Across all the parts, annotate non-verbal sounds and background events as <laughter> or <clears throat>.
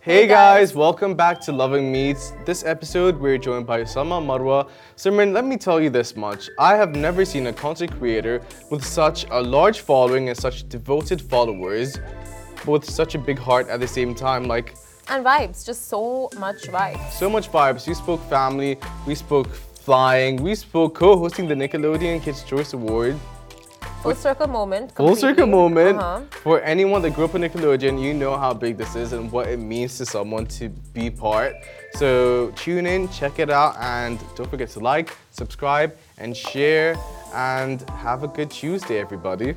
Hey guys, welcome back to Loving Meats. This episode, we're joined by Sama Marwa. Simran, let me tell you this much. I have never seen a content creator with such a large following and such devoted followers, but with such a big heart at the same time. Like, And vibes, just so much vibes. so much vibes. You spoke family, we spoke flying, we spoke co hosting the Nickelodeon Kids' Choice Award. Full circle moment. Full circle completely. moment. Uh-huh. For anyone that grew up in Nickelodeon, you know how big this is and what it means to someone to be part. So tune in, check it out, and don't forget to like, subscribe, and share. And have a good Tuesday, everybody.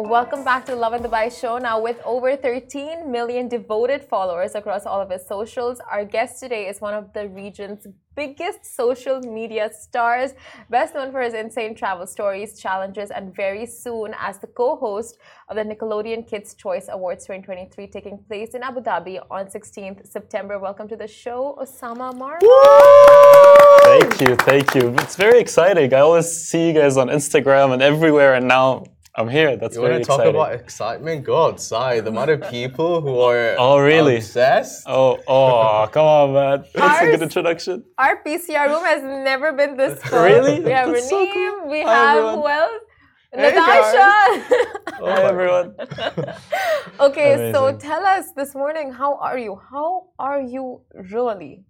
Welcome back to the Love and Dubai show. Now, with over 13 million devoted followers across all of his socials, our guest today is one of the region's biggest social media stars, best known for his insane travel stories, challenges, and very soon as the co host of the Nickelodeon Kids' Choice Awards 2023 taking place in Abu Dhabi on 16th September. Welcome to the show, Osama Marwa. Thank you, thank you. It's very exciting. I always see you guys on Instagram and everywhere, and now I'm here. That's You want very to talk exciting. about excitement? Go outside. The amount of people who are Oh, really? obsessed. oh, oh, <laughs> come on, man. That's a good Ours- introduction. Our PCR room has never been <laughs> this full. Really? We have That's so Raneem, cool. we Hi, have everyone. who else? Hey, Natasha. <laughs> Hi, Oh, everyone. okay, so Amazing. tell us this morning, how are you? How are you really?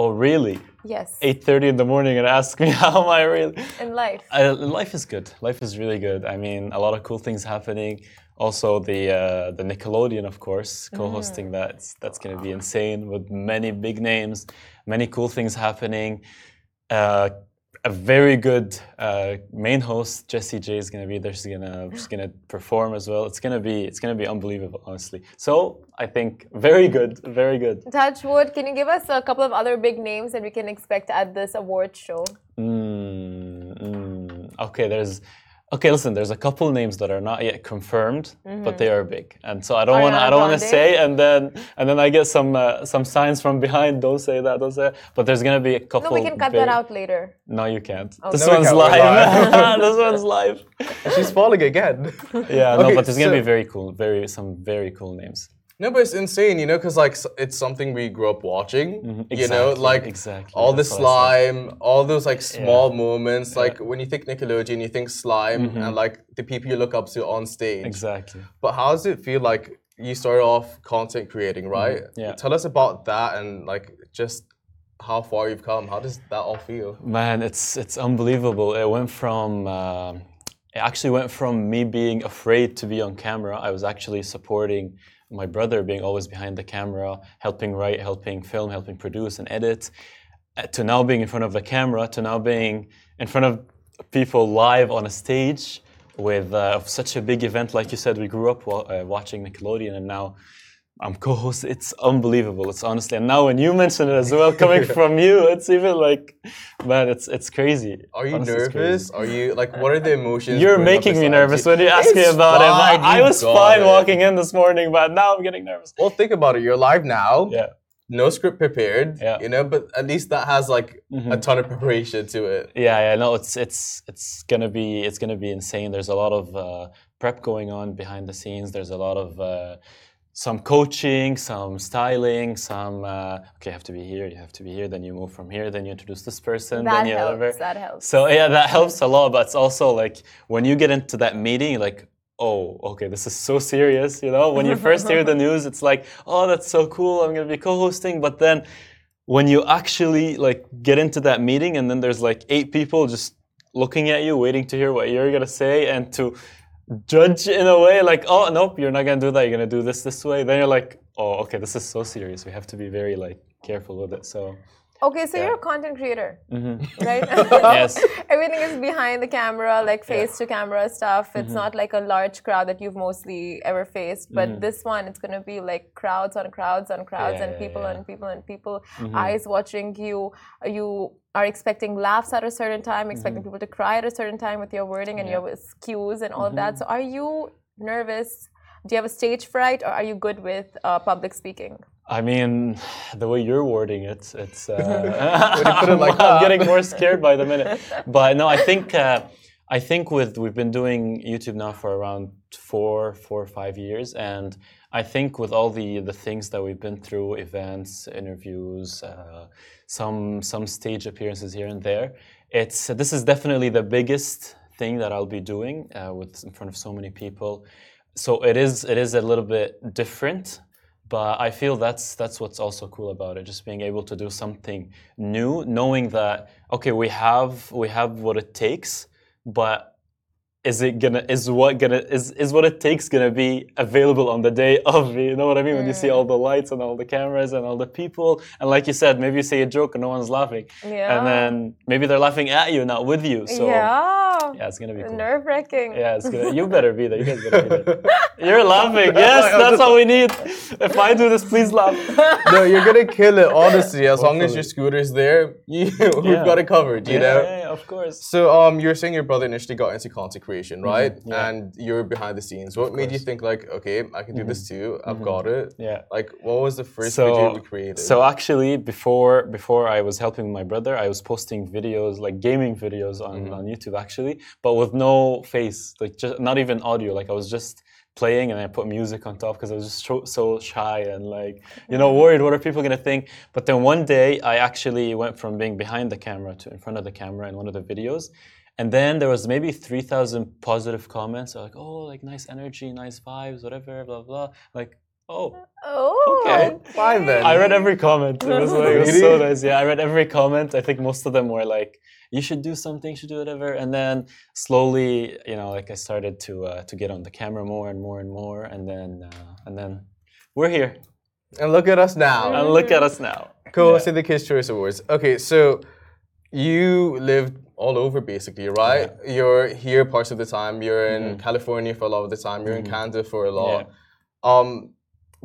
Oh, really? Yes, 8:30 in the morning, and ask me <laughs> how am I really? in life. Uh, life is good. Life is really good. I mean, a lot of cool things happening. Also, the uh, the Nickelodeon, of course, co-hosting that that's, going to be insane with many big names, many cool things happening. Uh, a very good uh, main host, Jessie J, is going to be there. She's gonna she's gonna perform as well. It's gonna be it's gonna be unbelievable, honestly. So I think very good, very good. Touch wood, can you give us a couple of other big names that we can expect at this award show? Mm, mm. Okay, there's. Okay, listen. There's a couple names that are not yet confirmed, but Mm-hmm. they are big, and so I don't want to. Ariana I don't want to Grande. say, and then and then I get some uh, some signs from behind. Don't say that. Don't say. That. But there's gonna be a couple. No, we can cut big- that out Oh. later. No, you can't. This No, we one's can't. We're live. <laughs> this one's live. She's falling again. <laughs> Yeah, no, Okay, but there's gonna so- be very cool, very some very cool names. No, but it's insane, you know, because like s- it's something we grew up watching. you know, Mm-hmm. exactly, like exactly, all the that's what I slime, all those like small moments. Like when you think Nickelodeon, you think slime Mm-hmm. and like the people you look up to on stage. Exactly. But how does it feel like you started off content creating, right? Mm-hmm. yeah. Tell us about that and like just how far you've come. How does that all feel? Man, it's it's unbelievable. It went from um it actually went from me being afraid to be on camera. I was actually supporting my brother, being always behind the camera, helping write, helping film, helping produce and edit, uh, to now being in front of the camera, to now being in front of people live on a stage with uh, such a big event. Like you said, we grew up wa- uh, watching Nickelodeon, and now I'm co-host. It's unbelievable. It's honestly, and now when you mention it as well, <laughs> coming from you, it's even like, man, it's it's crazy. Are you Honestly, it's crazy. nervous? Are you like what are the emotions? You're brewing up making me inside nervous you? when you ask me It's about it. but fine, I you was got fine it. walking in this morning, but now I'm getting nervous. Well, think about it. You're live now. Yeah. no script prepared, Yeah. Mm-hmm. you know, but at least that has like a ton of preparation to it. Yeah, yeah, no, it's it's it's gonna be it's gonna be insane. There's a lot of uh, prep going on behind the scenes. There's a lot of uh, some coaching, some styling, some uh, okay, you have to be here, you have to be here, then you move from here, then you introduce this person, That then you helps, whatever. that helps. So yeah, that helps a lot. But it's also like when you get into that meeting, you're like, oh, okay, this is so serious. You know, when you first hear the news, it's like, oh, that's so cool. I'm gonna be co-hosting. But then when you actually like get into that meeting, and then there's like eight people just looking at you, waiting to hear what you're gonna say, and to judge in a way like, oh, nope, you're not gonna do that. You're gonna do this this way. Then you're like, oh, okay, this is so serious. We have to be very like careful with it. So Okay, so you're a content creator, Mm-hmm. <laughs> right? <laughs> yes. Everything is behind the camera, like face to camera stuff. It's Mm-hmm. not like a large crowd that you've mostly ever faced, but this one, it's going to be like crowds on crowds on crowds Mm. Yeah, and yeah, people yeah. Mm-hmm. on people and people, eyes watching you. You are expecting laughs at a certain time, expecting Mm-hmm. people to cry at a certain time with your wording and your cues and all of that. So, Mm-hmm. are you nervous? Do you have a stage fright or are you good with uh, public speaking? I mean, the way you're wording it, <laughs> it's. Uh, put it like <laughs> I'm that. getting more scared by the minute. But no, I think uh, I think with we've been doing YouTube now for around four, four or five years, and I think with all the the things that we've been through, events, interviews, uh, some some stage appearances here and there, it's this is definitely the biggest thing that I'll be doing uh, with in front of so many people. So it is it is a little bit different but I feel that's that's what's also cool about it, just being able to do something new, knowing that okay, we have we have what it takes, but is it gonna is what gonna is is what it takes gonna be available on the day <laughs> of you know what I mean when you see Mm. all the lights and all the cameras and all the people and like you said maybe you say a joke and no one's laughing Yeah. and then maybe they're laughing at you not with you so yeah. yeah, it's gonna be cool Nerve wracking. yeah, it's good. You better be there. You guys better be there. You're laughing. Yes, that's what we need. If I do this, please laugh. no, you're gonna kill it, honestly. As long as your scooter's there, <laughs> you, we've Yeah. got it covered, you yeah, know? yeah, of course. So um, you were saying your brother initially got into content creation, Mm-hmm. right? And you were behind the scenes. What made you think like, okay, I can do this too. I've got it. Mm-hmm. Yeah. Like, what was the first video So, you created? so actually, before before I was helping my brother, I was posting videos like gaming videos on, on YouTube actually, but with no face, like just not even audio. Like I was just playing and I put music on top because I was just so, so shy and like you know worried what are people gonna think. But then one day I actually went from being behind the camera to in front of the camera in one of the videos. And then there was maybe 3,000 positive comments. like, oh, like nice energy, nice vibes, whatever, blah, blah. Like, oh, Oh. Okay. fine then. I read every comment. It was, like, it was so Really? nice. Yeah, I read every comment. I think most of them were like, "You should do something. You should do whatever." And then slowly, you know, like I started to uh, to get on the camera more and more and more, and then uh, and then we're here. and look at us now. And look at us now. Cool. Say the Kids Choice Awards. Okay, so you lived all over basically, right? You're here parts of the time. You're in California for a lot of the time. You're in Mm-hmm. Canada for a lot. Um,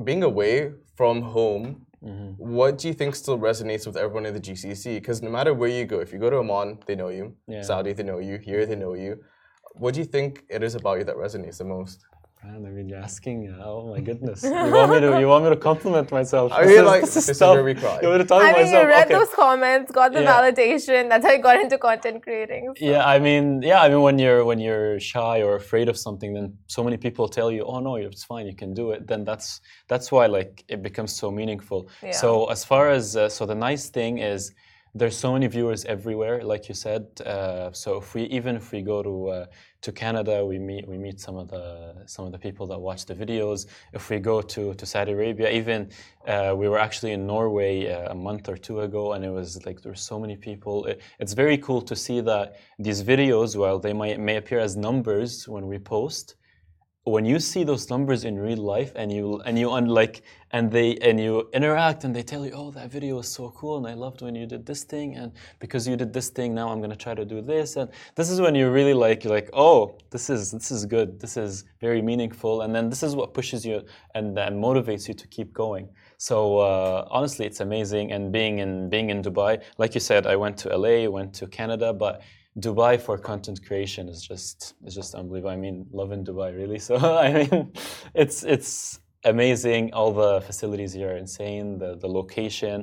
being away from home, Mm-hmm. what do you think still resonates with everyone in the GCC? Because no matter where you go, if you go to Oman, they know you. Saudi, they know you. Here, they know you. What do you think it is about you that resonates the most? Man, I mean, you're asking. uh, Oh my goodness! You want me to? You want me to compliment myself? I mean, like, this is where we cry. You want me to talk I mean, myself? you read Oh, okay. those comments, got the Yeah. validation. That's how you got into content creating. Yeah, I mean, yeah, I mean, when you're when you're shy or afraid of something, then so many people tell you, "Oh no, it's fine, you can do it." Then that's that's why like it becomes so meaningful. So as far as uh, so the nice thing is, there's so many viewers everywhere, like you said. Uh, so if we even if we go to uh, to Canada, we meet we meet some of the some of the people that watch the videos. If we go to to Saudi Arabia, even uh, we were actually in Norway uh, a month or two ago, and it was like there were so many people. It- it's very cool to see that these videos, while they might may appear as numbers when we post, when you see those numbers in real life and you and you un, like and they and you interact and they tell you oh that video was so cool and i loved when you did this thing and because you did this thing now i'm going to try to do this and this is when you really like you're like oh this is this is good this is very meaningful and then this is what pushes you and, and motivates you to keep going so uh, honestly it's amazing and being in being in dubai like you said i went to la went to canada but Dubai for content creation is just is just unbelievable. I mean, love in Dubai, really. <laughs> So I mean, it's it's amazing. All the facilities here are insane. The the location,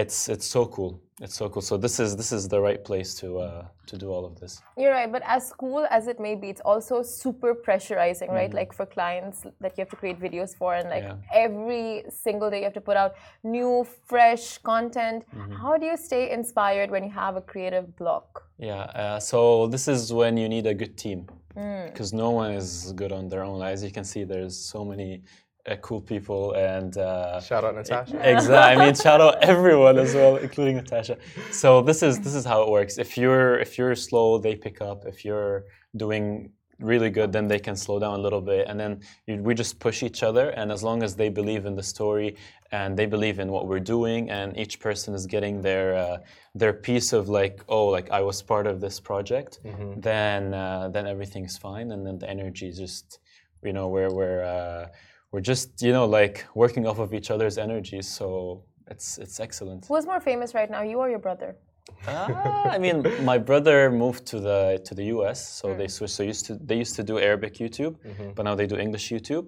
it's it's so cool. It's so cool. So this is this is the right place to uh, to do all of this. You're right, but as cool as it may be, it's also super pressurizing, right? Mm-hmm. Like for clients that you have to create videos for, and like every single day you have to put out new, fresh content. Mm-hmm. How do you stay inspired when you have a creative block? Yeah. Uh, so this is when you need a good team because no one is good on their own. As you can see, there's so many uh, cool people and. Uh, Shout out Natasha. exactly. I mean, shout out everyone as well, including Natasha. So this is this is how it works. If you're if you're slow, they pick up. If you're doing really good, then they can slow down a little bit, and then you, we just push each other. And as long as they believe in the story and they believe in what we're doing, and each person is getting their uh, their piece of like, oh, like I was part of this project, then uh, then everything's fine, and then the energy is just you know we're we're uh, we're just you know like working off of each other's energies so it's it's excellent Who's more famous right now, you or your brother? Ah, <laughs> i mean my brother moved to Hmm. Mm-hmm. the to the us so they switched so used to they used to do arabic youtube but now they do english youtube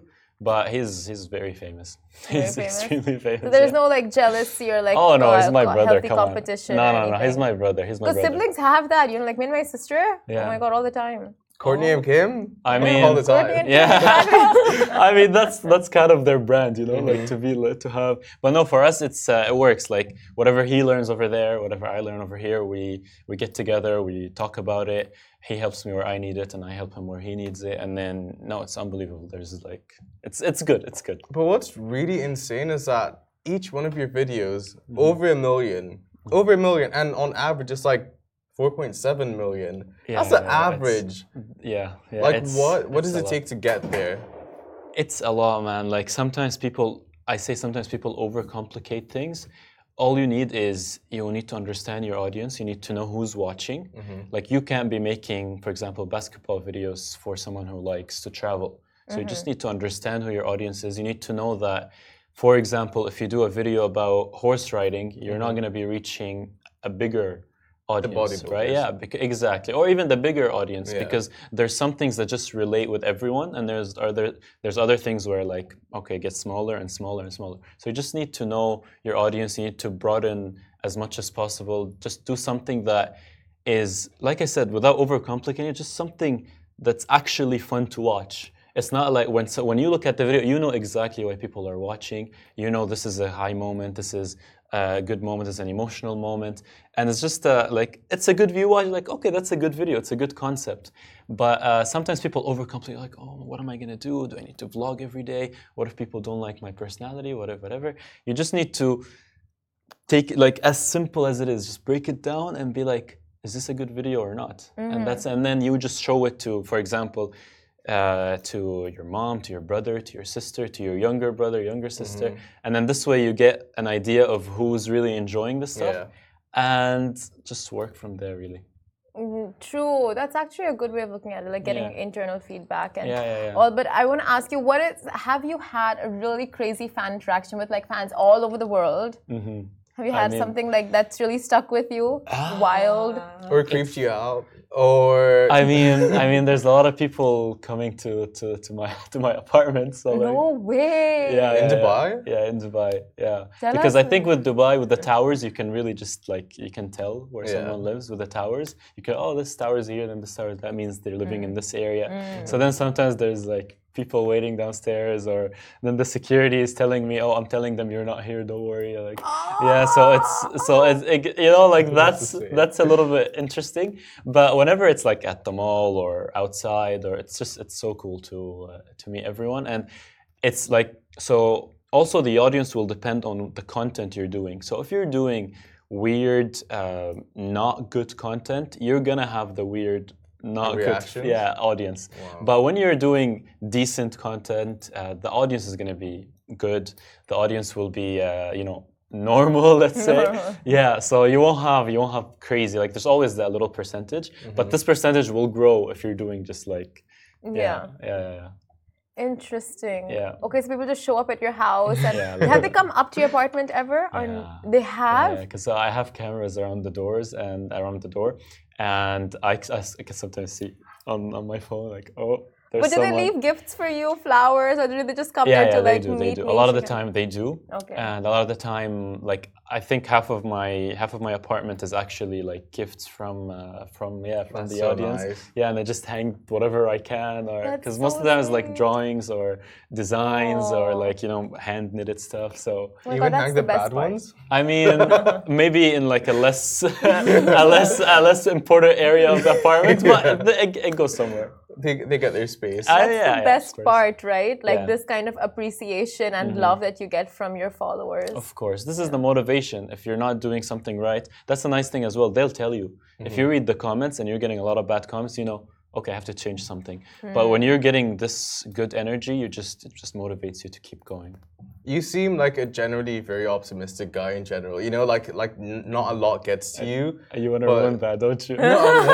But he's he's very famous. <laughs> Very he's famous? extremely famous. So there's yeah. no like jealousy or like Oh no, uh, he's my co- brother. healthy Come on. competition. No, no, no. He's my brother. He's my Because brother. siblings have that, you know, like me and my sister. Oh Yeah. my god, all the time. Courtney and Kim? I all the mean, time. Courtney and <laughs> yeah. <laughs> I mean, that's that's kind of their brand, you know, Mm-hmm. like to be like, to have. But no, for us, it's uh, it works. Like whatever he learns over there, whatever I learn over here, we we get together, we talk about it. He helps me where I need it, and I help him where he needs it. And then no, it's unbelievable. There's like, it's it's good. It's good. But what's really insane is that each one of your videos, Mm-hmm. over a million, over a million, and on average, it's like 4.7 million. That's Yeah, the it's- average. Yeah. yeah Like, it's- what what it's does a it lot. take to get there? It's a lot, man. Like sometimes people, I say sometimes people overcomplicate things. All you need is you need to understand your audience. You need to know who's watching. Like you can't be making, for example, basketball videos for someone who likes to travel. So you just need to understand who your audience is. You need to know that, for example, if you do a video about horse riding, you're not going to be reaching a bigger audience, right? builders. Yeah, bec- exactly. Or even the bigger audience, Yeah. because there's some things that just relate with everyone, and there's are there, there's other things where like okay, it gets smaller and smaller and smaller. So you just need to know your audience. You need to broaden as much as possible. Just do something that is, like I said, without overcomplicating it. Just something that's actually fun to watch. It's not like when so when you look at the video, you know exactly why people are watching. You know this is a high moment. This is a good moment. This is an emotional moment, and it's just uh, like it's a good view watch. Like okay, that's a good video. It's a good concept. But uh, sometimes people overcomplicate. Like oh, what am I gonna do? Do I need to vlog every day? What if people don't like my personality? Whatever, whatever. You just need to take it like as simple as it is just break it down and be like is this a good video or not and that's and then you just show it to for example uh, to your mom to your brother to your sister to your younger brother younger sister and then this way you get an idea of who's really enjoying the stuff Yeah. and just work from there really True. That's actually a good way of looking at it, like getting Yeah. internal feedback and Yeah, yeah, yeah. all. But I want to ask you, what is? Have you had a really crazy fan interaction with like fans all over the world? Have you had Mm-hmm. mean- Ah. something like that's really stuck with you? Wild. Or creeped you out? Or i mean i mean there's a lot of people coming to to, to my <laughs> to my apartment so like, No way. yeah, In yeah, Dubai? Yeah, yeah, in Dubai. Yeah, Tell because us I think with Dubai, with the towers, you can really just like you can tell where Yeah. someone lives with the towers. You can oh, this tower is here, then this tower. That means they're living Mm. in this area. So then sometimes there's like people waiting downstairs, or then the security is telling me, oh, I'm telling them you're not here. Don't worry. Like yeah, so it's so it's it, you know like that's same. that's a little bit interesting. But whenever it's like at the mall or outside, or it's just it's so cool to uh, to meet everyone and it's like so also the audience will depend on the content you're doing so if you're doing weird um, not good content you're gonna have the weird not good Reactions? yeah uh, audience but when you're doing decent content uh, the audience is gonna be good the audience will be uh, you know <laughs> normal let's <laughs> say yeah so you won't have you won't have crazy like there's always that little percentage but this percentage will grow if you're doing just like Mm-hmm. yeah. yeah, yeah, yeah. Interesting. Yeah. Okay, so people just show up at your house and <laughs> Yeah, like- have they come up to your apartment ever? Or Yeah. they have? because I have cameras around the doors and around the door, and I, I, I can sometimes see on, on my phone like oh. There's But do someone. they leave gifts for you, flowers, or do they just come Yeah, there yeah, to they like do. They meet do. me? A lot of the time they do. Okay. And a lot of the time, like I think half of my half of my apartment is actually like gifts from uh, from yeah from That's the so audience. nice. Yeah, and I just hang whatever I can, or That's because most so of the time it's like sweet. drawings or designs or Aw. like you know hand knitted stuff. So Oh my even God, that's hang the the, best bad part. ones? <laughs> I mean, maybe in like a less, <laughs> a less, a less important area <laughs> of the apartment, but it, it goes somewhere. They, they get their space. I- That's yeah, the yeah, best of course. part, right? Like Yeah. Mm-hmm. this kind of appreciation and love that you get from your followers. Of course, this is the motivation. If you're not doing something right, that's a nice thing as well. They'll tell you. If you read the comments and you're getting a lot of bad comments, you know, okay, I have to change something. But when you're getting this good energy, you just it just motivates you to keep going. You seem like a generally very optimistic guy in general. You know, like like n- not a lot gets to <laughs> you. You want to But- ruin that, don't you? Well, of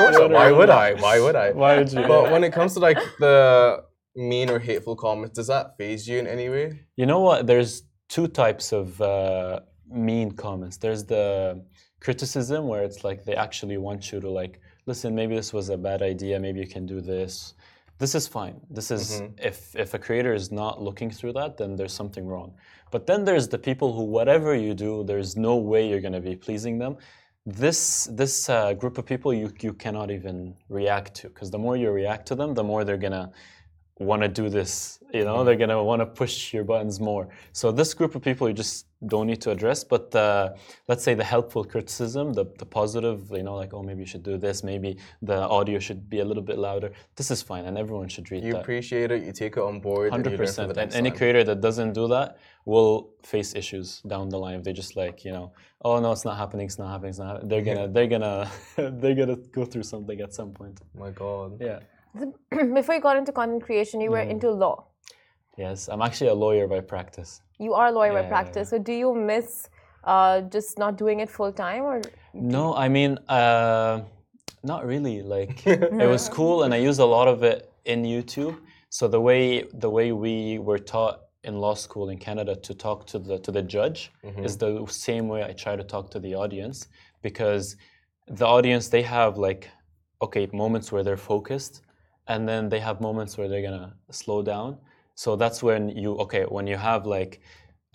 course, not. why would I? Why would I? Why would you? But <laughs> when it comes to like the mean or hateful comments, does that phase you in any way? You know what? There's two types of uh, mean comments. There's the criticism where it's like they actually want you to like, listen, maybe this was a bad idea. Maybe you can do this. this is fine. This is if if a creator is not looking through that, then there's something wrong. But then there's the people who whatever you do, there's no way you're gonna be pleasing them. This this uh, group of people you you cannot even react to because the more you react to them, the more they're gonna want to do this. You know, they're gonna want to push your buttons more. So this group of people you just don't need to address. But the, let's say the helpful criticism, the the positive, you know, like oh maybe you should do this, maybe the audio should be a little bit louder. This is fine, and everyone should read You that. appreciate it, you take it on board, and you Hundred learn from percent. the And next any time. creator that doesn't do that will face issues down the line. If they just like, you know, oh no, it's not happening, it's not happening, it's not. Happening. They're gonna, they're gonna, <laughs> they're gonna go through something at some point. My God. <laughs> Yeah. <clears throat> Before you got into content creation, you were Mm. into law. Yes, I'm actually a lawyer by practice. You are a lawyer by Yeah, yeah, practice. So do you miss uh, just not doing it full time or No, I mean, uh, not really. Like it was cool, and I used a lot of it in YouTube. So the way the way we were taught in law school in Canada to talk to the to the judge is the same way I try to talk to the audience because the audience they have like okay moments where they're focused, and then they have moments where they're gonna slow down. So that's when you okay when you have like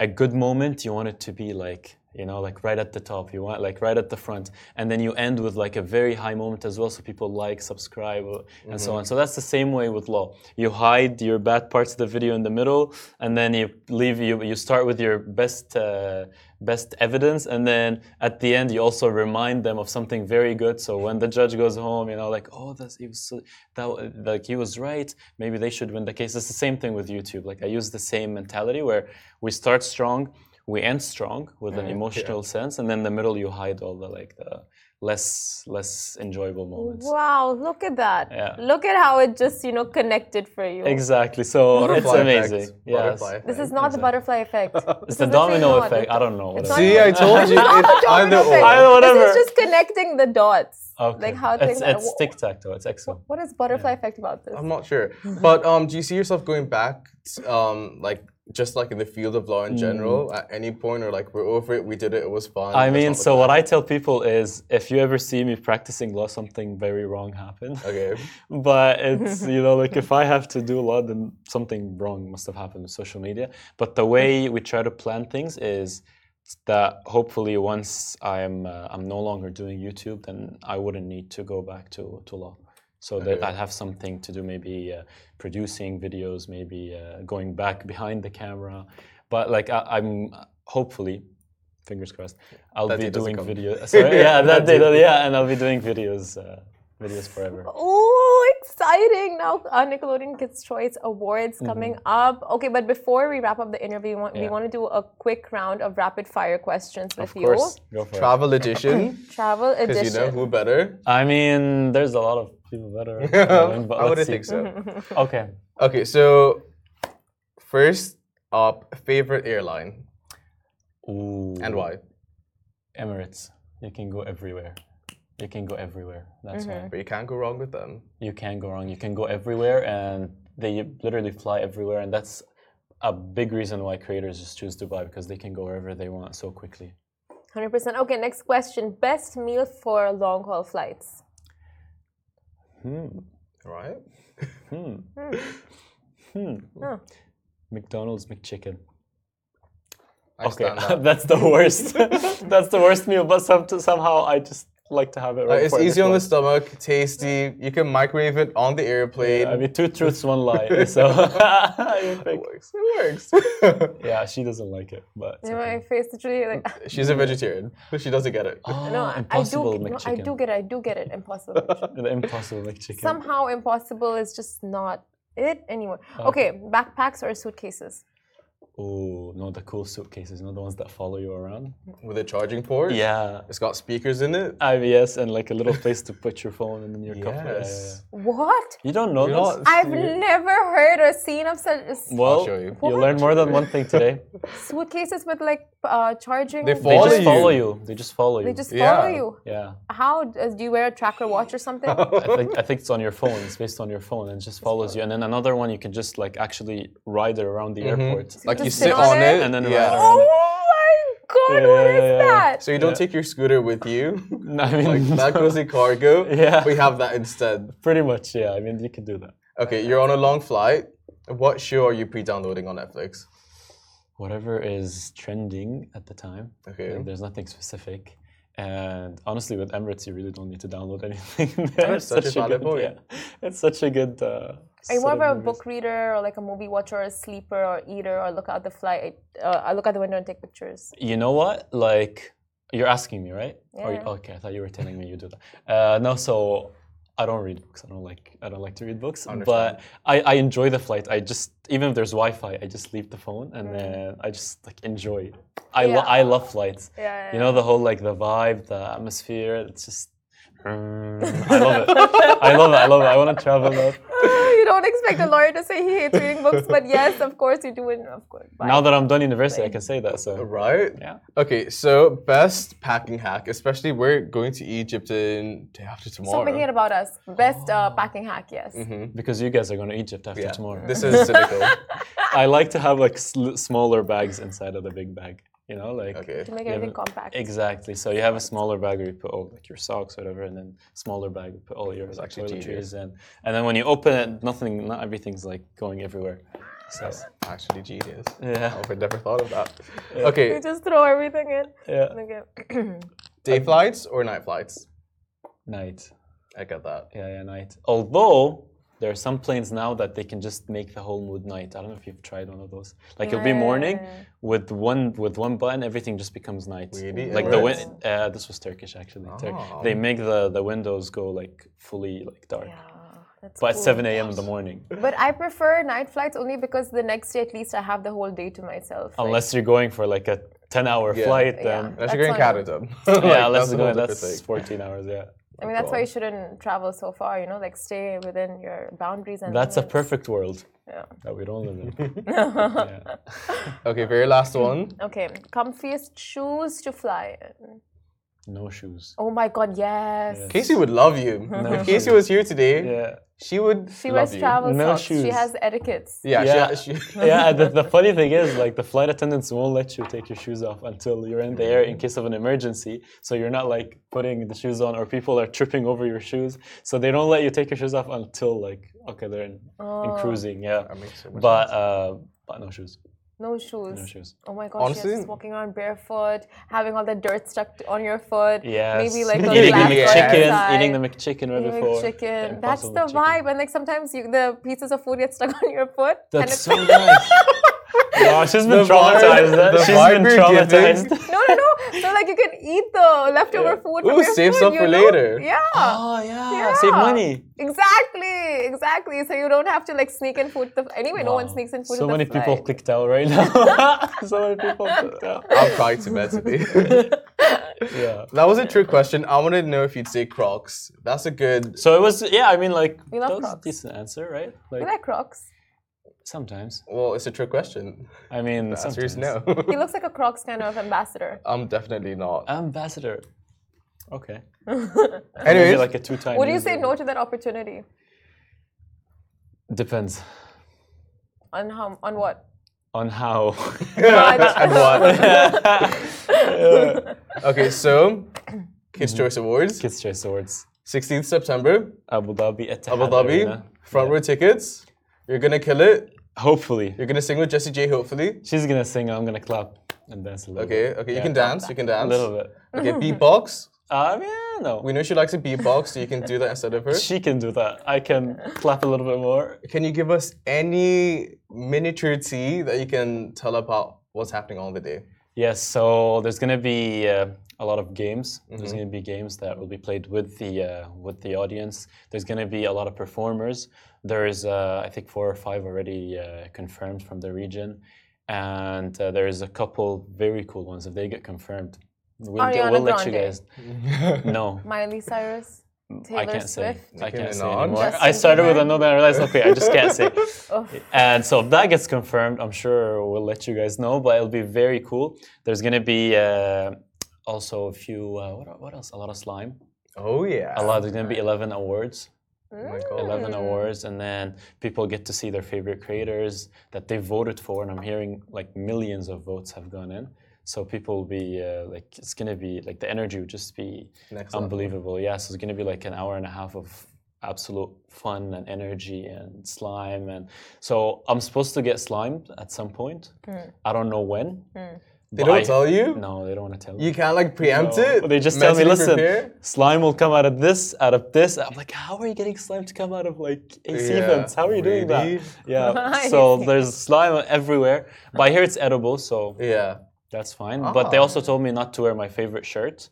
a good moment you want it to be like you know like right at the top you want like right at the front and then you end with like a very high moment as well so people like subscribe uh, and so on so that's the same way with law you hide your bad parts of the video in the middle and then you leave you you start with your best uh, best evidence and then at the end you also remind them of something very good so when the judge goes home you know like oh that's he was so, that wa- like he was right maybe they should win the case it's the same thing with youtube like i use the same mentality where we start strong we end strong with Mm, an emotional sense and then the middle you hide all the like the less less enjoyable moments wow, look at that. Yeah. Look at how it just, you know, connected for you. exactly so it's Butterfly effect, amazing yes butterfly This is effect. not the butterfly effect. <laughs> it's the domino effect i don't know what It's it not is. See, I told you. It's either domino effect. or. I- whatever. This is just connecting the <laughs> dots. Like how it's, things are- it's tic-tac-toe it's excellent What is butterfly effect about this? I'm not <laughs> sure. But um, do you see yourself going back, um, like just like in the field of law in general, at any point, or like we're over it, we did it, it was fun. Mm. I let's mean, not look so what I tell people is if you ever see me practicing law, something very wrong happened. back? Okay. but it's, you know, like if I have to do law, then something wrong must have happened with social media. But the way we try to plan things is that hopefully once I'm, uh, I'm no longer doing YouTube, then I wouldn't need to go back to, to law. So that I'd have something to do, maybe uh, producing videos, maybe uh, going back behind the camera. But like I, I'm hopefully fingers crossed. I'll That be day doesn't doesn't doing come. <laughs> videos. Sorry, yeah, that day, does- yeah, and I'll be doing videos, uh, videos forever. Oh, exciting! Now, uh, Nickelodeon Kids' Choice Awards coming up. Okay, but before we wrap up the interview, we want, we Mm-hmm. Yeah. want to do a quick round of rapid fire questions with Of you. course, go for it. Travel edition, Travel because you edition. know who better. <laughs> I mean, there's a lot of people better. <laughs> at traveling, but I let's wouldn't see. think Mm-hmm. so. Okay, Okay, so first up, favorite airline Ooh. and why? Emirates. You can go everywhere. You can go everywhere. That's why. But you can't go wrong with them. You can go wrong. You can go everywhere, and they literally fly everywhere, and that's a big reason why creators just choose Dubai because they can go wherever they want so quickly. Hundred percent. Okay, next question. Best meal for long haul flights. Hmm, Right? <laughs> Hmm. McDonald's McChicken. I Okay, <laughs> stand up. that's the <laughs> worst. <laughs> that's the worst meal, but some, somehow I just like to have it. Uh, Right it's before I easy on the deploy. stomach, tasty. You can microwave it on the airplane. I mean, two truths, one <laughs> lie. So you it pick. works. It works. <laughs> yeah, she doesn't like it, but it's You know, okay. my face literally like. She's a vegetarian, but she doesn't get it. <gasps> no, Ah, I- I do. impossible No, I McChicken. do get. it. I do get it. Impossible. <laughs> McChicken. The impossible McChicken. Somehow, impossible is just not it anymore. Okay, backpacks or suitcases. Oh no, the cool suitcases, not the ones that follow you around. With a charging port. Yeah. It's got speakers in it. IBS and like a little place to put your phone and then your cup. Yeah, yeah, Yes. yeah. What? You don't know You're this? not- I've never heard or seen of such Well, show you. you learned more than one thing <laughs> today. suitcases with like uh, charging. They They Follow just follow you. you. They just follow you. They just Yeah. follow you. yeah. How does- do you wear a tracker watch or <laughs> something? I think, I think it's on your phone. It's based on your phone and it just follows you. And then another one you can just like actually ride it around the Mm-hmm. airport. <laughs> Like you Just sit sit on on it, it? And then yeah. ride oh my god! Yeah, what yeah, is yeah, yeah. that? So you don't take your scooter with <laughs> you. No, <laughs> I mean <laughs> That goes in cargo. Yeah. We have that instead. pretty much. Yeah, I mean you can do that. Okay, you're on a long flight. What show are you pre-downloading on Netflix? whatever is trending at the time. Okay. Like, there's nothing specific. And honestly, with Emirates, you really don't need to download <laughs> anything. They're Emirates such a valuable, good, yeah. It's such a good. Uh, Are you set more of of a movies. book reader or like a movie watcher or a sleeper or eater or look out the flight? Uh, I look out the window and take pictures. You know what? Like, you're asking me, right? Or- Yeah. okay, I thought you were telling me you do that. Uh, no, so I don't read books. I don't like. I don't like to read books. Understand. But I, I enjoy the flight. I just even if there's Wi-Fi, I just leave the phone and then I just like enjoy. I Mm. lo- Yeah. I love flights. Yeah, yeah, <laughs> You know the whole like the vibe, the atmosphere. It's just. mm, I <laughs> love it. I love it. I love it. I want to travel. Up. you don't expect a lawyer to say he hates reading books, but yes, of course you do. And of course, Now that I'm done university, I can say that. So Right? yeah. Okay, so best packing hack, especially we're going to Egypt in day after tomorrow. stop making it about us. Best uh, packing hack, yes. Mm-hmm. Because you guys are going to Egypt after yeah. tomorrow. This is <laughs> cynical. I like to have like sl- smaller bags inside of the big bag. You know, like Okay. To make Yeah, everything but- compact. exactly. So you have a smaller bag where you put all like your socks, whatever, and then smaller bag you put all your It's actually toiletries in. And then when you open it, nothing, not everything's like going everywhere. So Actually genius. yeah, I never thought of that. Okay, You just throw everything in. yeah. Okay. day flights or night flights? Night, I get that. yeah, yeah, night. Although. There are some planes now that they can just make the whole mood night. I don't know if you've tried one of those. Like it'll be morning Yeah. with one with one button, everything just becomes night. Really? Like the Emirates? win- uh, this was Turkish actually. Tur- Oh. they make the, the windows go like fully like dark. Ah, that's But at cool. 7 a.m. in the morning, But I prefer night flights only because the next day at least I have the whole day to myself. Like, unless you're going for like a 10 hour Yeah. <laughs> flight, Yeah. then Unless you're That's going to fine. Canada. <laughs> yeah, let's go. That's, That's 14 hours. Yeah, <laughs> I mean, that's why you shouldn't travel so far. You know, like stay within your boundaries and. that's a limits. perfect world Yeah. that we don't <laughs> <laughs> live in. yeah. Okay, very last one. Okay, comfiest shoes to fly in. No shoes. Oh my god, yes. Yeah. Casey would love you. if Casey was here today, Yeah, she would She love wears you. travel No socks. She shoes. has etiquettes. yeah, Yeah. She, she, yeah. The, the funny thing is, like the flight attendants won't let you take your shoes off until you're in the air in case of an emergency. So you're not like putting the shoes on, or people are tripping over your shoes. So they don't let you take your shoes off until like okay, they're in, in cruising. Yeah, makes so much but uh, but no shoes. No shoes. No shoes. Oh my gosh, Honestly- yes, walking around barefoot, having all the dirt stuck to, on your foot. Yes. Maybe <laughs> like a eating the black glass McChicken, outside. eating the McChicken right Like before. chicken. the That's Impossible the McChicken. vibe. And like sometimes you, the pieces of food get stuck <laughs> on your foot. and That's it's so nice. wow, she's been The vibe- traumatized. the She's vibe been you're traumatized. <laughs> <laughs> giving- no, no, no. So like you can eat the leftover food. From Ooh, your save food, some you for know? later. Yeah. Oh yeah. save Yeah. money. Exactly, exactly. So you don't have to like sneak in food. To, anyway, no one Wow. sneaks in food. So to the many flight. people clicked out right now. <laughs> so many people clicked <laughs> out. I'm crying to bed today. <laughs> Yeah. that was a true question. I wanted to know if you'd say Crocs. That's a good. So it was yeah. I mean like We love that was a Crocs. decent answer, right? Like You like Crocs? sometimes. Well, it's a trick question. I mean The answer is sometimes. no. He looks like a Crocs kind of ambassador. <laughs> I'm definitely not. Ambassador. Okay. Maybe Anyways, like a two-time. Would you user. say no to that opportunity? Depends On how? On what? on <laughs> how. and <laughs> what? okay, so Mm-hmm. Kids Choice Awards, Kids Choice Awards. 16th September, Abu Dhabi Etihad Abu Dhabi, Arena. front row tickets. You're gonna kill it. Hopefully, You're gonna sing with Jessie J, hopefully. she's gonna sing. I'm gonna clap and dance a little. Okay, bit. okay, you Yeah. can dance. You can A dance. little bit. <laughs> Okay, beatbox. Um, yeah, no. We know she likes to beatbox, so you can do that instead of her. she can do that. I can clap a little bit more. Can you give us any miniature tea that you can tell about what's happening on the day? Yes. So there's gonna be uh, a lot of games. There's gonna be games that will be played with the uh, with the audience. There's gonna be a lot of performers. There's uh, I think four or five already uh, confirmed from the region, and uh, there's a couple very cool ones. If they get confirmed, we'll, Ariana we'll let you Grande. guys. No, Miley Cyrus, Taylor Mm, I can't say. <laughs> Swift. I can't Nicki say Minaj. anymore. Justin I started with Bieber. another and I realized, okay, I just can't say. and so if that gets confirmed, I'm sure we'll let you guys know, but it'll be very cool. There's going to be uh, also a few, uh, what, what else? A lot of slime. Oh yeah. A lot. There's going to be 11 awards. Oh my God. 11 awards and then people get to see their favorite creators that they voted for and i'm hearing like millions of votes have gone in so people will be uh, like it's gonna be like the energy would just be Next level. unbelievable yeah so it's gonna be like an hour and a half of absolute fun and energy and slime and so I'm supposed to get slimed at some point. I don't know when. They don't tell you? No, they don't want to tell You can't like preempt it. They just tell me, mentally listen, prepare? slime will come out of this, out of this. I'm like, how are you getting slime to come out of like AC Yeah, vents? How are you doing really? that? Yeah. Nice. so there's slime everywhere. But I hear it's edible, so Yeah. that's fine. But they Ah. also told me not to wear my favorite shirt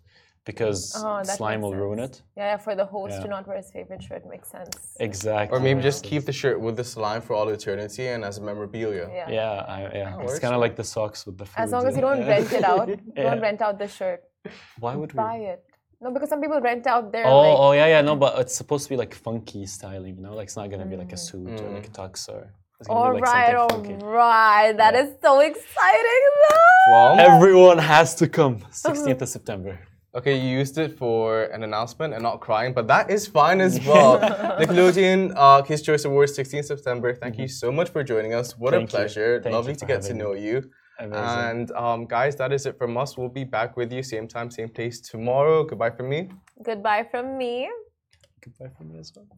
because Oh, that slime makes will sense. ruin it. Yeah, yeah, for the host to Yeah. not wear his favorite shirt makes sense. Exactly. Or maybe just keep the shirt with the slime for all eternity and as memorabilia. Yeah. Yeah, I, yeah. it's works kind of like the socks with the food. As long as you don't rent it out, don't rent out the shirt. <laughs> Why would we? Buy it. No, because some people rent out their Oh, like, oh yeah, yeah, no, but it's supposed to be like funky styling, you know? Like it's not gonna be like a suit or like a Mm. tux or. It's gonna Mm. All be like right, all something funky. right. That is so exciting, though. Well, Everyone has to come. <laughs> 16th of <laughs> September. Okay, you used it for an announcement and not crying, but that is fine <laughs> as <laughs> well. Nickelodeon uh, Kids Choice Awards, 16th September. Thank you so much for joining us. What a Mm-hmm. Thank you. pleasure. Thank you Lovely to for get to having know you. Amazing. And um, guys, that is it from us. We'll be back with you same time, same place tomorrow. Goodbye from me. Goodbye from me. Goodbye from me as well.